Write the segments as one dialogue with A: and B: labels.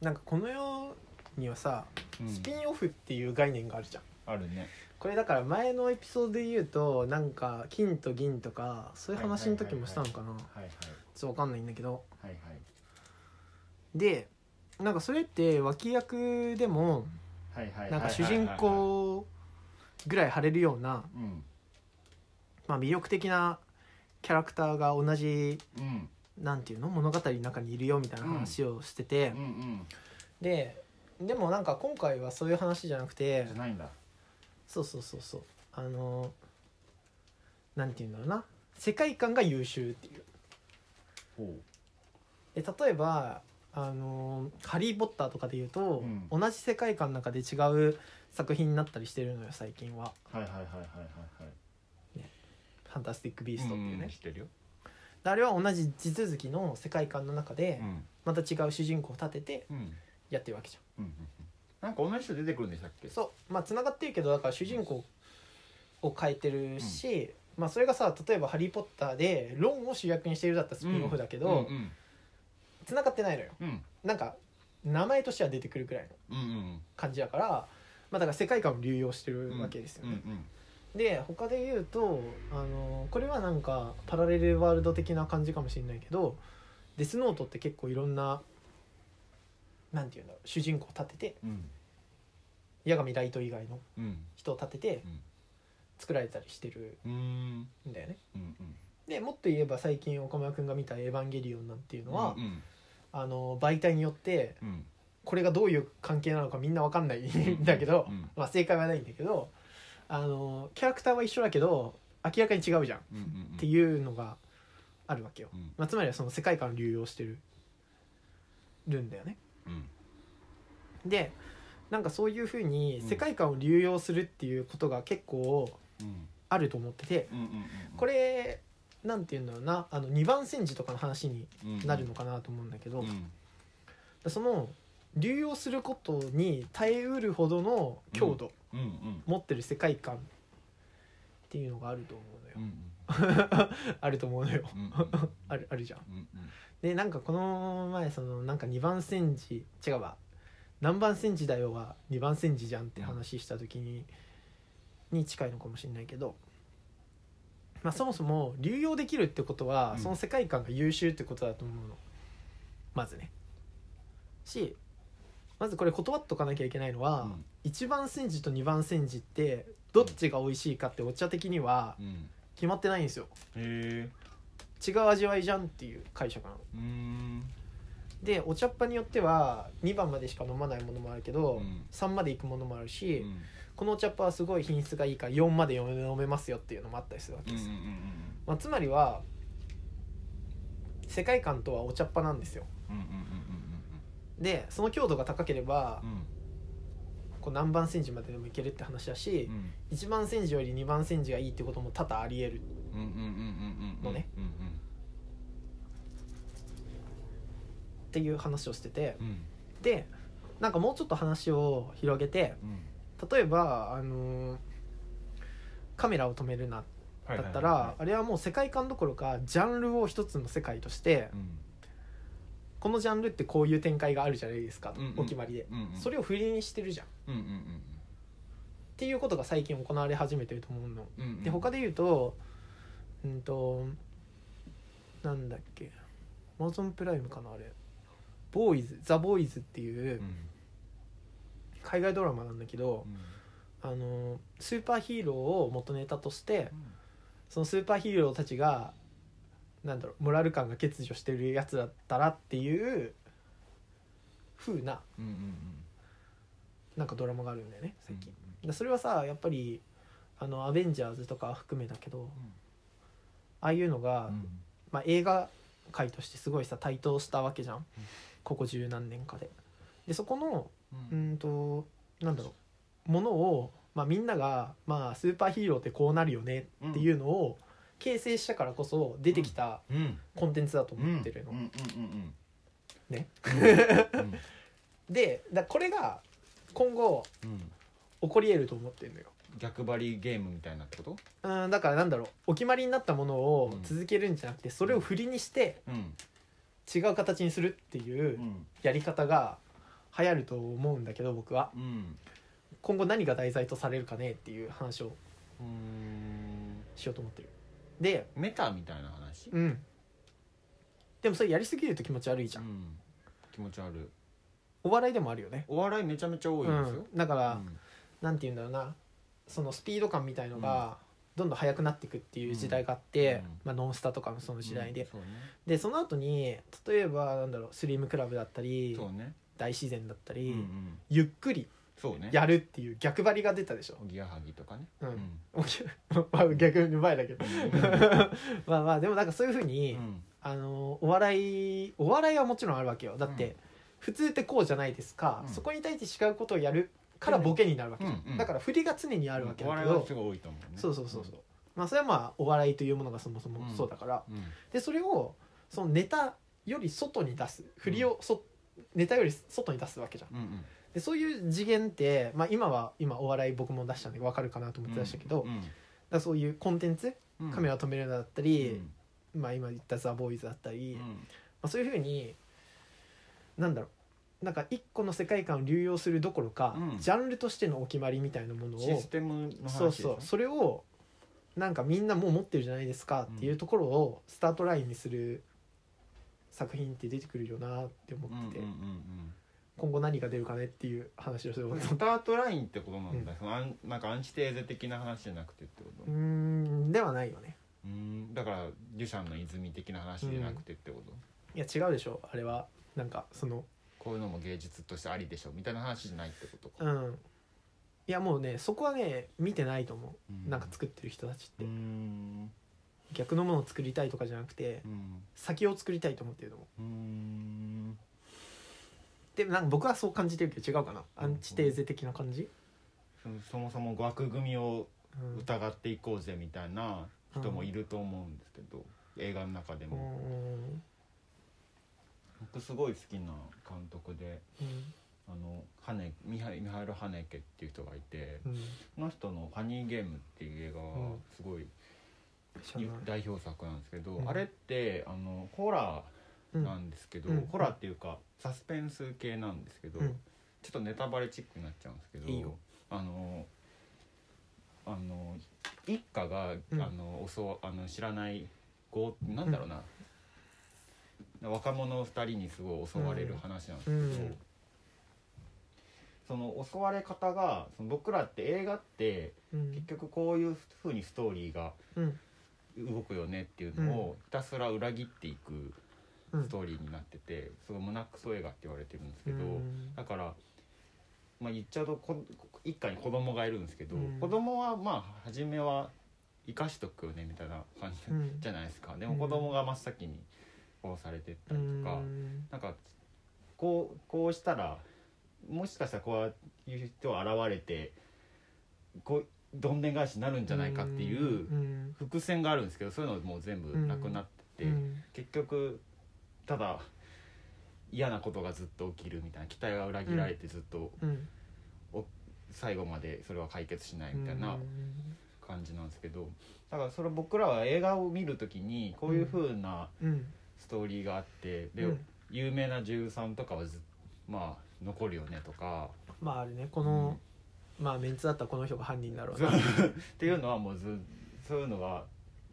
A: なんかこの世にはさ
B: うん
A: スピンオフっていう概念があるじゃん、
B: あるね
A: これだから前のエピソードで言うとなんか金と銀とかそういう話の時もしたのかなちょ
B: はいはい
A: っとわかんないんだけど
B: はいはい
A: でなんかそれって脇役でも
B: はいはい
A: なんか主人公ぐらい張れるような、
B: うん
A: まあ、魅力的なキャラクターが同じ
B: うん
A: なんていうの物語の中にいるよみたいな話をしてて、
B: うんうん
A: ででもなんか今回はそういう話じゃなくて
B: じゃないんだ
A: そうそうそうそうあのなんていうんだろうな世界観が優秀っていう
B: ほ
A: で例えばあの「ハリー・ポッター」とかで言うと、
B: うん
A: 同じ世界観の中で違う作品になったりしてるのよ最近は
B: うはいはいはいはいはいはい
A: 「ファンタスティック・ビースト」っていうね、
B: 知ってるよ
A: であれは同じ地続きの世界観の中で、
B: うん
A: また違う主人公を立てて
B: うん
A: やってるわけじゃ
B: うんうんなんか同じ人出てくるんでしたっけ
A: んそうまあつながってるけどだから主人公を変えてるし、まあそれがさ例えば「ハリー・ポッター」でロンを主役にしているだったらスピンオフだけど、
B: うんうん
A: つながってないのよ
B: うん
A: なんか名前としては出てくるくらいの
B: うんうん
A: 感じやから、まあ、だから世界観を流用してる
B: うん
A: わけですよ
B: うんう
A: ね、
B: ん
A: で他で言うとあのこれはなんかパラレルワールド的な感じかもしれないけどデスノートって結構いろんななんていうんだろう主人公を立てて
B: うん
A: 八神ライト以外の
B: うん
A: 人を立てて
B: うん
A: 作られたりしてる
B: うーん
A: んだよね
B: うんうん
A: でもっと言えば最近岡村君が見た「エヴァンゲリオン」なんていうのは、
B: うん
A: あの媒体によって
B: うん
A: これがどういう関係なのかみんなわかんないんだけど、
B: うん
A: まあ、正解はないんだけどあのキャラクターは一緒だけど明らかに違うじゃんっ
B: うんうん
A: ていうのがあるわけよ、
B: うん
A: まあ、つまりはその世界観を流用してるるんだよね
B: うん
A: でなんかそういうふうに
B: うん
A: 世界観を流用するっていうことが結構
B: うん
A: あると思ってて
B: うんうんうん
A: これなんて言うんだろうなあの2番煎じとかの話に
B: うん
A: なるのかなと思うんだけど、
B: うん
A: その流用することに耐えうるほどの強度、
B: うんうん
A: 持ってる世界観っていうのがあると思うのよ
B: う、んうん
A: あると思うのよ、
B: うんうん
A: あるあるじゃん
B: うんうん
A: でなんかこの前そのなんか2番煎じ違うわ何番煎じだよは2番煎じじゃんって話した時に、に近いのかもしれないけど、まあ、そもそも流用できるってことは、
B: うん
A: その世界観が優秀ってことだと思うのまずねしまずこれ断っとかなきゃいけないのは、
B: うん
A: 1番煎じと2番煎じってどっちが美味しいかってお茶的には
B: うん
A: 決まってないんですよ
B: へえ
A: 違う味わいじゃんっていう解釈なの
B: うーん
A: でお茶っ葉によっては2番までしか飲まないものもあるけど、
B: うん
A: 3までいくものもある
B: う
A: し、
B: ん
A: このお茶っ葉はすごい品質がいいから4まで飲めますよっていうのもあったりするわ
B: う
A: け
B: ん
A: で
B: うん
A: す、
B: うん
A: まあ、つまりは世界観とはお茶っ葉なんですよ
B: うんうんうん
A: でその強度が高ければ、
B: うん
A: こう何番煎じまででもいけるって話だし
B: う、ん
A: 一1番煎じより2番煎じがいいってことも多々ありえる
B: うんうんうんうんうんうん
A: のね
B: うん
A: っていう話をしてて
B: うんうん
A: でなんかもうちょっと話を広げて
B: うん
A: 例えば、あのーカメラを止めるな
B: は
A: だ
B: いはいはい
A: ったら、あれはもう世界観どころかジャンルを一つの世界として、
B: うん
A: このジャンルってこういう展開があるじゃないですかと、
B: うんうん
A: お決まりで、
B: うんうん
A: それを振りにしてるじゃんっ
B: うんうん
A: ていうことが最近行われ始めてると思うの。
B: うんうん
A: で他で言うとうんとなんだっけ Amazon プライムかなあれ「ボーイズザ・ボーイズ」っていう
B: うん
A: 海外ドラマなんだけど、
B: うん
A: あのースーパーヒーローを元ネタとして、そのスーパーヒーローたちがなんだろうモラル感が欠如してるやつだったらっていう風な
B: うんうん
A: なんかドラマがあるんだよね最近、
B: う
A: でそれはさやっぱりあの「アベンジャーズ」とか含めだけど
B: ん
A: ああいうのが、
B: うん
A: まあ、映画界としてすごいさ台頭したわけじゃんここ十何年かで。でそこの
B: うん
A: う
B: うん
A: ーんとなんだろうものを、まあ、みんなが、まあ、スーパーヒーローってこうなるよねっていうのを形成したからこそ出てきた、
B: うん
A: コンテンツだと
B: うん
A: 思ってるの、
B: うんうんうん
A: ね
B: うん
A: でだこれが今後
B: うんうん
A: 起こり得ると思ってるのよ
B: 逆張りゲームみたいなこと
A: うんだからなんだろうお決まりになったものを
B: うん
A: 続けるんじゃなくてそれを振りにして
B: うん
A: 違う形にするっていううんやり方が流行ると思うんだけど僕は
B: うん
A: 今後何が題材とされるかねっていう話を
B: うん
A: しようと思ってるで
B: メタみたいな話
A: うんでもそれやりすぎると気持ち悪いじゃん、
B: うん気持ち悪い
A: お笑いでもあるよね
B: お笑いめちゃめちゃ多いんですよ
A: うんだから、
B: うん
A: なんて言うんだろうなそのスピード感みたいのがどんどん速くなっていくっていう時代があって、
B: うん
A: まあ、ノンスタとかもその時代で、
B: うんそうね
A: でその後に例えばなんだろうスリムクラブだったり
B: そうね
A: 大自然だったり、
B: うんうん
A: ゆっくり
B: そうね
A: やるっていう逆張りが出たでしょ
B: おぎやはぎとかね
A: う
B: うんん
A: まあ逆に前だけど まあまあでもなんかそういうふう
B: う
A: に、
B: ん
A: あのお笑いお笑いはもちろんあるわけよだって、
B: うん
A: 普通ってこうじゃないですか、
B: うん
A: そこに対して違うことをやるからボケになるわけじゃん、
B: うんうん
A: だから振りが常にあるわけ
B: お
A: だけ
B: 笑い
A: ど、
B: はすごい多いと思うね
A: そうそうそうそう、まあそれはまあお笑いというものがそもそもそうだから、
B: うんうん
A: でそれをそのネタより外に出す振りをそ、ネタより外に出すわけじゃん
B: うんうん
A: でそういう次元って、まあ、今は今お笑い僕も出したんで分かるかなと思って出したけど、だからそういうコンテンツカメ
B: ラ
A: ラ止めるのだったり、まあ、今言ったザ・ボーイズだったり、まあ、そういうふうになんだろうなんか一個の世界観を流用するどころか、
B: うん
A: ジャンルとしてのお決まりみたいなものを
B: システムの話
A: そう
B: でし
A: そ
B: ょ
A: うそれをなんかみんなもう持ってるじゃないですかっていうところをスタートラインにする作品って出てくるよなって思
B: うんうん
A: っ
B: うん
A: てて、
B: うん
A: 今後何が出るかねっていう話をしてます
B: スタートラインってことなんだ、そのあんなんかアンチテーゼ的な話じゃなくてってこと
A: うーんではないよね
B: うんだからデュシャンの泉的な話じゃなくてってこと、
A: いや違うでしょあれはなんかその
B: こういうのも芸術としてありでしょみたいな話じゃないってことか、
A: うんいやもうねそこはね見てないと思
B: う
A: うなんか作ってる人たちって、
B: うん
A: 逆のものを作りたいとかじゃなくて
B: うん
A: 先を作りたいと思ってると思う
B: うん
A: でもなんか僕はそう感じてるけど違うかなアンチテーゼ的な感じ、
B: そそもそも枠組みを
A: うん
B: 疑っていこうぜみたいな人もいると思うんですけど、映画の中で
A: う
B: も、
A: ん
B: 僕すごい好きな監督で
A: うん
B: あのハネミハイミハイル・ハネケっていう人がいて
A: うん
B: その人の「ファニーゲーム」っていう映画
A: う
B: は
A: ん
B: すごい
A: 知らない
B: 代表作なんですけど、
A: うん
B: あれってあのホラ
A: う
B: ー
A: ん
B: なんですけど、
A: うん
B: ホラーっていうかサスペンス系なんですけど、
A: うん
B: ちょっとネタバレチックになっちゃうんですけど
A: いいよ
B: あのあの一家が、
A: うん
B: あの襲うあの知らない強なんだろうな、若者2人にすごい襲われる話なんですけど、
A: うん
B: その襲われ方がその僕らって映画って
A: うん
B: 結局こういうふうにストーリーが
A: うん
B: 動くよねっていうのをひたすら裏切っていく
A: うん
B: ストーリーになっててすごい胸クソ映画って言われてるんですけ
A: う
B: ど
A: ん
B: だからまあ言っちゃうとこ一家に子供がいるんですけど
A: うん
B: 子供はまあ初めは生かしとくよねみたいな感じ
A: うん
B: じゃないですかでも子供が真っ先に殺されてったりとか
A: うん
B: なんかこうこうしたらもしかしたらこういう人現れてこうどんでん返しになるんじゃないかっていう。
A: うん
B: 伏線があるんですけどそういうのもう全部なくなってて、
A: うん
B: 結局ただ嫌なことがずっと起きるみたいな期待が裏切られてずっと
A: うん
B: 最後までそれは解決しないみたいな
A: うん
B: 感じなんですけどだからそれ僕らは映画を見る時にこういう風な
A: うん
B: ストーリーがあってで、
A: うん
B: 有名な女優さんとかはずまあ残るよねとか
A: まああれねこのまあメンツだったらこの人が犯人だろう
B: ずっ
A: な
B: ていうのはもうずそういうのが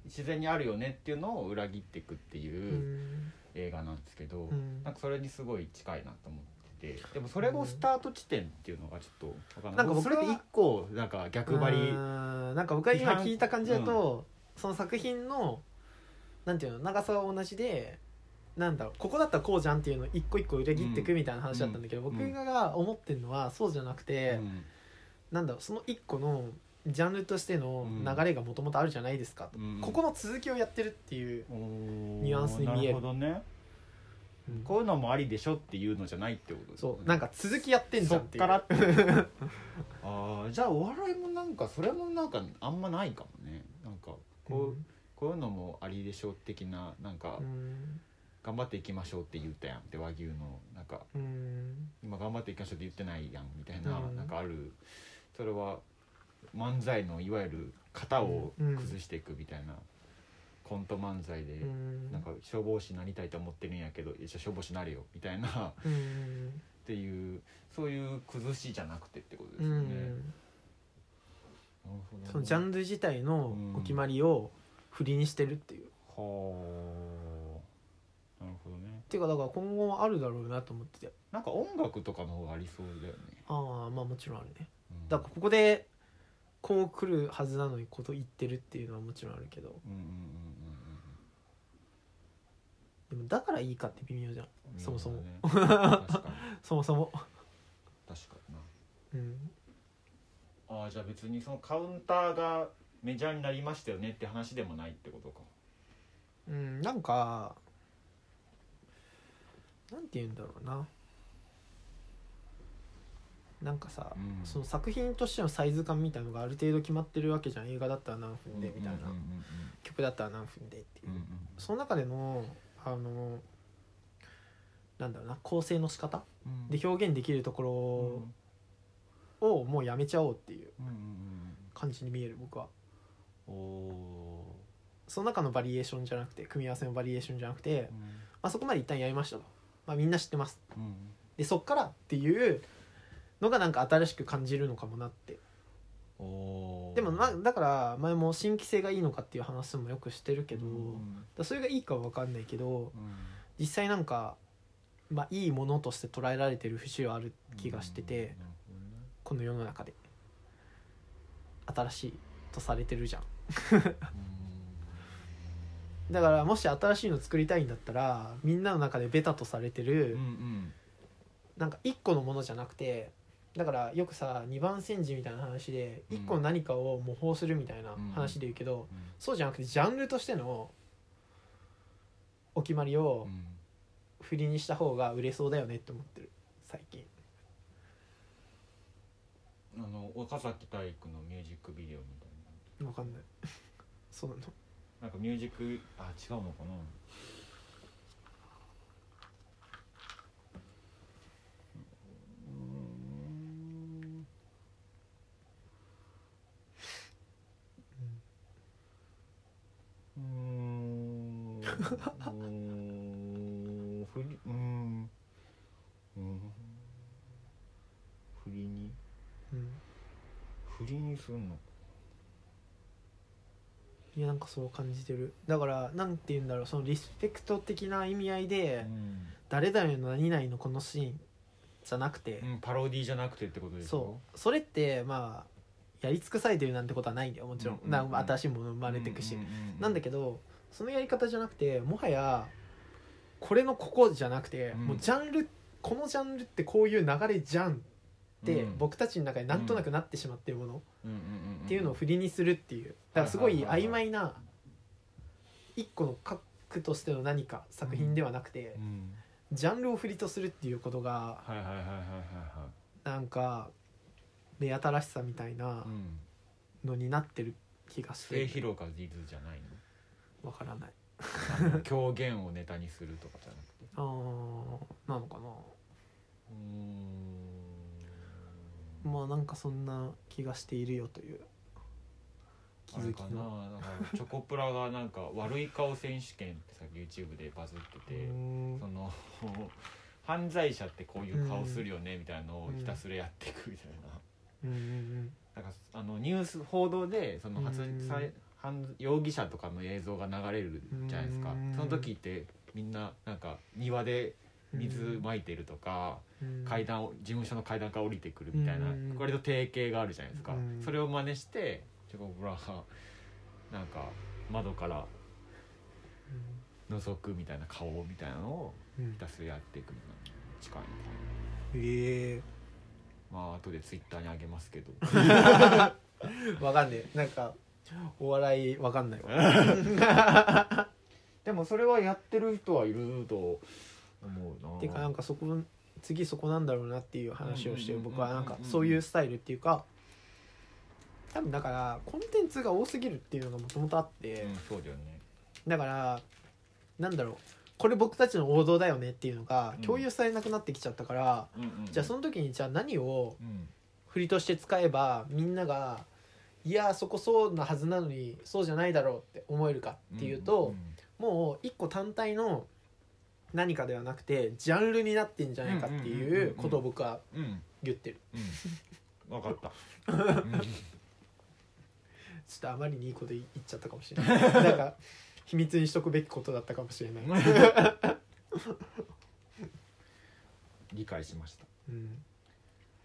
B: 自然にあるよねっていうのを裏切っていくって
A: う
B: いうん映画なんですけど。
A: うん
B: なんかそれにすごい近いなと思っててでもそれをスタート地点っていうのがちょっと分かんな
A: な
B: い
A: んか僕
B: それって一個なんか逆張り
A: うーんなんか僕が今聞いた感じだとその作品のなんていうの長さは同じでなんだろうここだったらこうじゃんっていうのを一個一個裏切っていくみたいな話だったんだけど
B: うん
A: 僕が思ってるのはそうじゃなくて、
B: うん
A: なんだろうその一個のジャンルとしての流れがもともとあるじゃないですかと、
B: うん
A: ここの続きをやってるっていう、
B: おー
A: ニュアンスに見える
B: なるほどねこういうのもありでしょっていうのじゃないってことですね
A: そうなんか続きやってんじ
B: そ
A: ゃんっ
B: って
A: いう
B: からってああじゃあお笑いもなんかそれもなんかあんまないかもねなんかこう,、
A: うん
B: こういうのもありでしょ的ななんか
A: うん
B: 頑張っていきましょうって言ったやんって和牛のなんか
A: うん
B: 今頑張っていきましょうって言ってないやんみたいな、
A: うん
B: なんかあるそれは漫才のいわゆる型を崩していくみたいな、コント漫才で、
A: うん
B: なんか消防士になりたいと思ってるんやけど一応消防士になれよみたいな
A: うん
B: っていうそういう崩しじゃなくてってことで
A: う
B: すよね。
A: ん
B: なるほどね
A: そのジャンル自体のお決まりを振りにしてるっていう、っ
B: はあなるほどね
A: ていうかだから今後もあるだろうなと思ってて
B: なんか音楽とかの方がありそうだよね、
A: ああまあもちろんあるね
B: うん
A: だからここでこう来るはずなのにこと言ってるっていうのはもちろんあるけど
B: うんうんうん
A: でもだからいいかって微妙じゃん
B: うんうん
A: そもそも
B: ね、確かに確か
A: そもそも
B: にな
A: うん
B: ああじゃあ別にそのカウンターがメジャーになりましたよねって話でもないってことか
A: うんなんかなんて言うんだろうななんかさ、
B: うん
A: その作品としてのサイズ感みたいのがある程度決まってるわけじゃん映画だったら何分でみたいな、
B: うん
A: 曲だったら何分でっていう、
B: うんうん
A: その中でのあのなんだろうな構成の仕方
B: うん
A: で表現できると
B: うん
A: ころをもうやめちゃおうっていう
B: うんうんうん
A: 感じに見える僕は
B: うんお
A: その中のバリエーションじゃなくて組み合わせのバリエーションじゃなくて
B: ー、うん
A: まあ、そこまで一旦やりましたと、まあ、みんな知ってます
B: うん
A: でそっからっていうのがなんか新しく感じるのかもなって
B: おー
A: でもまだから前も新規性がいいのかっていう話もよくしてるけど、
B: うんうん
A: だそれがいいかは分かんないけど
B: うん
A: 実際なんか、まあ、いいものとして捉えられてる節はある気がしてて、
B: うんなるほどね
A: この世の中で新しいとされてるじゃんだからもし新しいの作りたいんだったらみんなの中でベタとされてる、
B: うんうん
A: なんか一個のものじゃなくてだからよくさ二番煎じみたいな話で
B: うん
A: 一個の何かを模倣するみたいな話で言うけど、そうじゃなくてジャンルとしてのお決まり
B: う
A: を
B: ん
A: 振りにした方が売れそうだよねって思ってる最近
B: あの岡崎体育のミュージックビデオみたいな
A: わかんない そうなの
B: なんかミュージックあ違うのかなうんうーんうーんふりうーんうん振りに
A: うん
B: 振りにすんのか
A: いやなんかそう感じてるだからなんて言うんだろうそのリスペクト的な意味合いで
B: うん
A: 誰々の何々のこのシーンじゃなくて、
B: うん、パロディじゃなくてってことでしょ
A: そうそれってまあやり尽くされてるなんてことはないんだよもちろん,、
B: うんうんうん
A: なんか新しいもの生まれてくし、なんだ
B: け
A: けどそのやり方じゃなくてもはやこれのここじゃなくて、
B: うん
A: もうジャンルこのジャンルってこういう流れじゃんって、
B: うん
A: 僕たちの中でなんとなくなってしまってるものっ
B: って
A: いうのを振りにするっていうだからすごい
B: はいはいはいはい
A: 曖昧な一個の核としての何か作品ではなくて、ジャンルを振りとするっていうことが
B: はいはいはいはいはいは、
A: なんか目新しさみたいない
B: うん、
A: のになってる気がし
B: 末
A: て
B: 広がりずじゃ ないの
A: わからない
B: あの狂言をネタにするとかじゃなくて
A: あーなのかな
B: うーん
A: まあなんかそんな気がしているよという気
B: あ
A: づ
B: れ
A: き
B: かな
A: の
B: なんかチョコプラがなんか「悪い顔選手権」ってさ YouTube でバズってて、
A: うーん
B: その 犯罪者ってこういう顔するよねみたいなのをひたすらやっていくみたいな。
A: うんうん
B: なんかあのニュース報道でその発
A: うん
B: さ犯容疑者とかの映像が流れるじゃないですか
A: うん
B: その時ってみんななんか庭で
A: うん
B: 水まいてるとか、
A: うん
B: 階段を事務所の階段から降りてくるみたいな、
A: うん
B: 割と定型があるじゃないですか、
A: うん
B: それを真似してチョコプラがなんか窓から覗くみたいな顔みたいなのを
A: うんうん
B: ひたすらやっていくみたいな近いみたい
A: え
B: なまあ後でツイッターにあげます けど
A: えわかんねえなんかお笑いわかんないわ
B: でもそれはやってる人はいると思うな
A: てかなんかそこ次そこなんだろうなっていう話をして
B: うんうんうん
A: 僕はなんかそういうスタイルっていうか多分だからコンテンツが多すぎるっていうのがもともとあって
B: うん、そうだよね
A: だからなんだろうこれ僕たちの王道だよねっていうのが
B: うん
A: 共有されなくなってきちゃったから、じゃあそ
B: の
A: の時にじゃあ何を
B: うん
A: 振りとして使えばみんながいやーそこそうなはずなのにそうじゃないだろうって思えるかっていうと、もう一個単体の何かではなくてジャンルになってんじゃないかって
B: うんうんうんうん
A: いううんことを僕は
B: うん
A: 言ってる
B: うん分かった、うん
A: ちょっとあまりにいいこと言っちゃったかもしれ ないなんか秘密にしとくべきことだったかもしれない、
B: 理解しました
A: うん、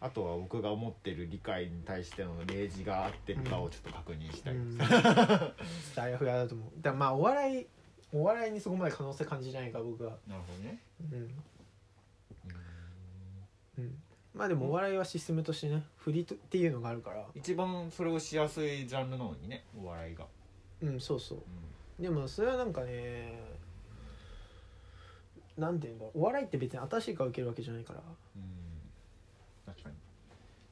B: あとは僕が思ってる理解に対しての例示が合ってるかをちょっと確認したい、
A: うん大学やだと思うだからまあお笑いお笑いにそこまで可能性感じないから僕は
B: なるほどね
A: うんうんまあでもお笑いはシステムとしてね振りとっていうのがあるから
B: 一番それをしやすいジャンルなのにねお笑いが、
A: うんそうそうでもそれはなんかねなんていうんだろうお笑いって別に新しいから受けるわけじゃないから
B: うん確かにい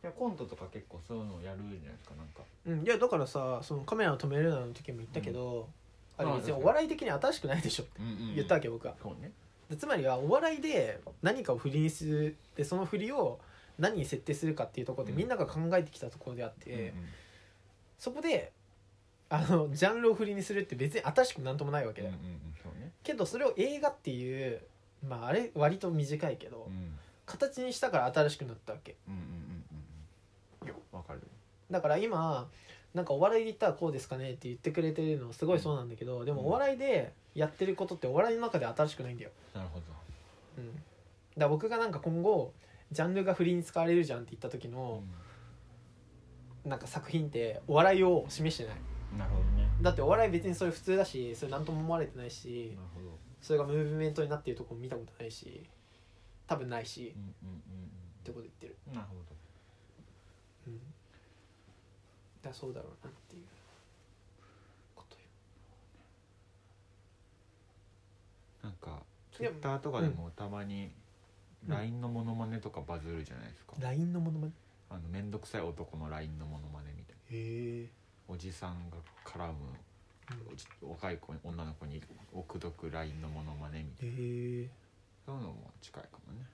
B: やコントとか結構そういうのをやるじゃないですかなんか
A: うんいやだからさそのカメラを止めるなの時も言ったけど、
B: うん
A: あれ別にお笑い的に新しくないでしょって言ったわけ僕は、
B: そうね
A: でつまりはお笑いで何かを振りにするでその振りを何に設定するかっていうところで、
B: うん
A: みんなが考えてきたところであって、
B: うんうん
A: そこであのジャンルを振りにするって別に新しくなんともないわけだよ、
B: うんうんうんそうね
A: けどそれを映画っていうまああれ割と短いけど、
B: うん
A: 形にしたから新しくなったわけ
B: うんうんうんうんうんわかる
A: だから今なんかお笑いで言ったらこうですかねって言ってくれてるのすごいそうなんだけどで
B: うん
A: もお笑いでやってることってお笑いの中で新しくないんだよ、
B: なるほど
A: うん、だから僕がなんか今後ジャンルが振りに使われるじゃんって言った時
B: う
A: の
B: ん
A: なんか作品ってお笑いを示してない
B: なるほどね
A: だってお笑い別にそれ普通だしそれ何とも思われてない
B: な
A: し
B: るほど
A: それがムーブメントになってるとこも見たことないし多分ないし
B: うんうんうん
A: ってこと言ってる、
B: うんなるほど
A: うん、だからそうだろうなっていうことよ
B: なんかツイ
A: でも
B: ッターとかでもたまに
A: うん
B: LINE のモノマネとかバズるじゃないですか、
A: LINE のものまね
B: あの面倒くさい男の LINE のモノマネみたい
A: へえ
B: なおじさんが絡む若い子に女の子に奥読 LINE のモノマネみたい
A: へえ
B: なそういうのも近いかもね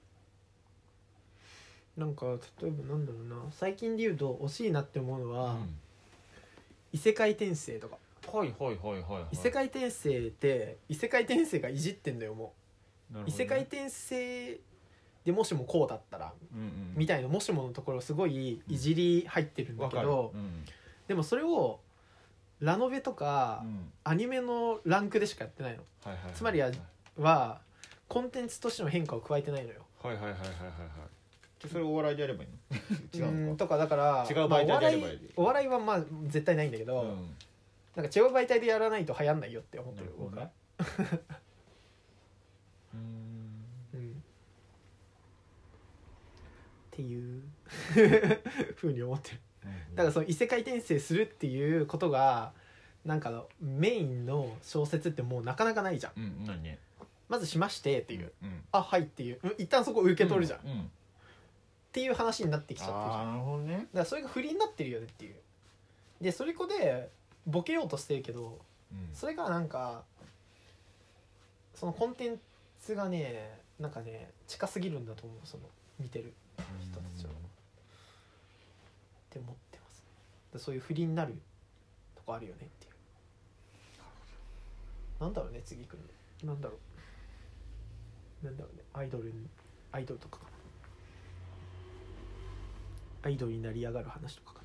A: なんか例えばなんだろうな最近で言うと惜しいなって思うのは、
B: うん
A: 異世界転生とか
B: はいはいはいはい、はい、
A: 異世界転生って異世界転生がいじってんだよも
B: な
A: う、
B: る
A: 異
B: ほどね
A: 世界転生でもしもこうだったら
B: うんうん
A: みたいなもしものところすごいいじり入ってるんだ
B: わ
A: け
B: かる
A: ど、
B: うん
A: でもそれをラノベとか、
B: うん
A: アニメのランクでしかやってないの
B: はいはいはい
A: つまりは
B: はい
A: はコンテンツとしての変化を加えてないのよ
B: はいはいはいはいはいでそれお笑いでやればいいの 違う
A: うん
B: のか
A: とかだから
B: 違う媒体でやればいい
A: まあお笑いお笑いはまあ絶対ないんだけど、
B: うん
A: なんか違う媒体でやらないと流行んないよって思って
B: な
A: る
B: るほど
A: 僕は
B: ねうーん
A: うんっていう ふうに思ってるだからその異世界転生するっていうことがなんかのメインの小説ってもうなかなかないじゃん
B: うんうん何ね
A: まずしましてって
B: て
A: いう、
B: うん
A: あはいっていううん一旦そこ受け取るじゃん、っ
B: うんうん
A: ていう話になってきちゃってるじゃん
B: あーなるほどね
A: だからそれが不利になってるよねっていうでそれこでボケようとしてるけどそれがなんかそのコンテンツがねなんかね近すぎるんだと思うその見てる人たちはって思ってますでそういう不利になるとこあるよねっていうなんだろうね次来るのなんだろうなんだろうねアイドルにアイドルとかかなアイドルになりやがる話とかか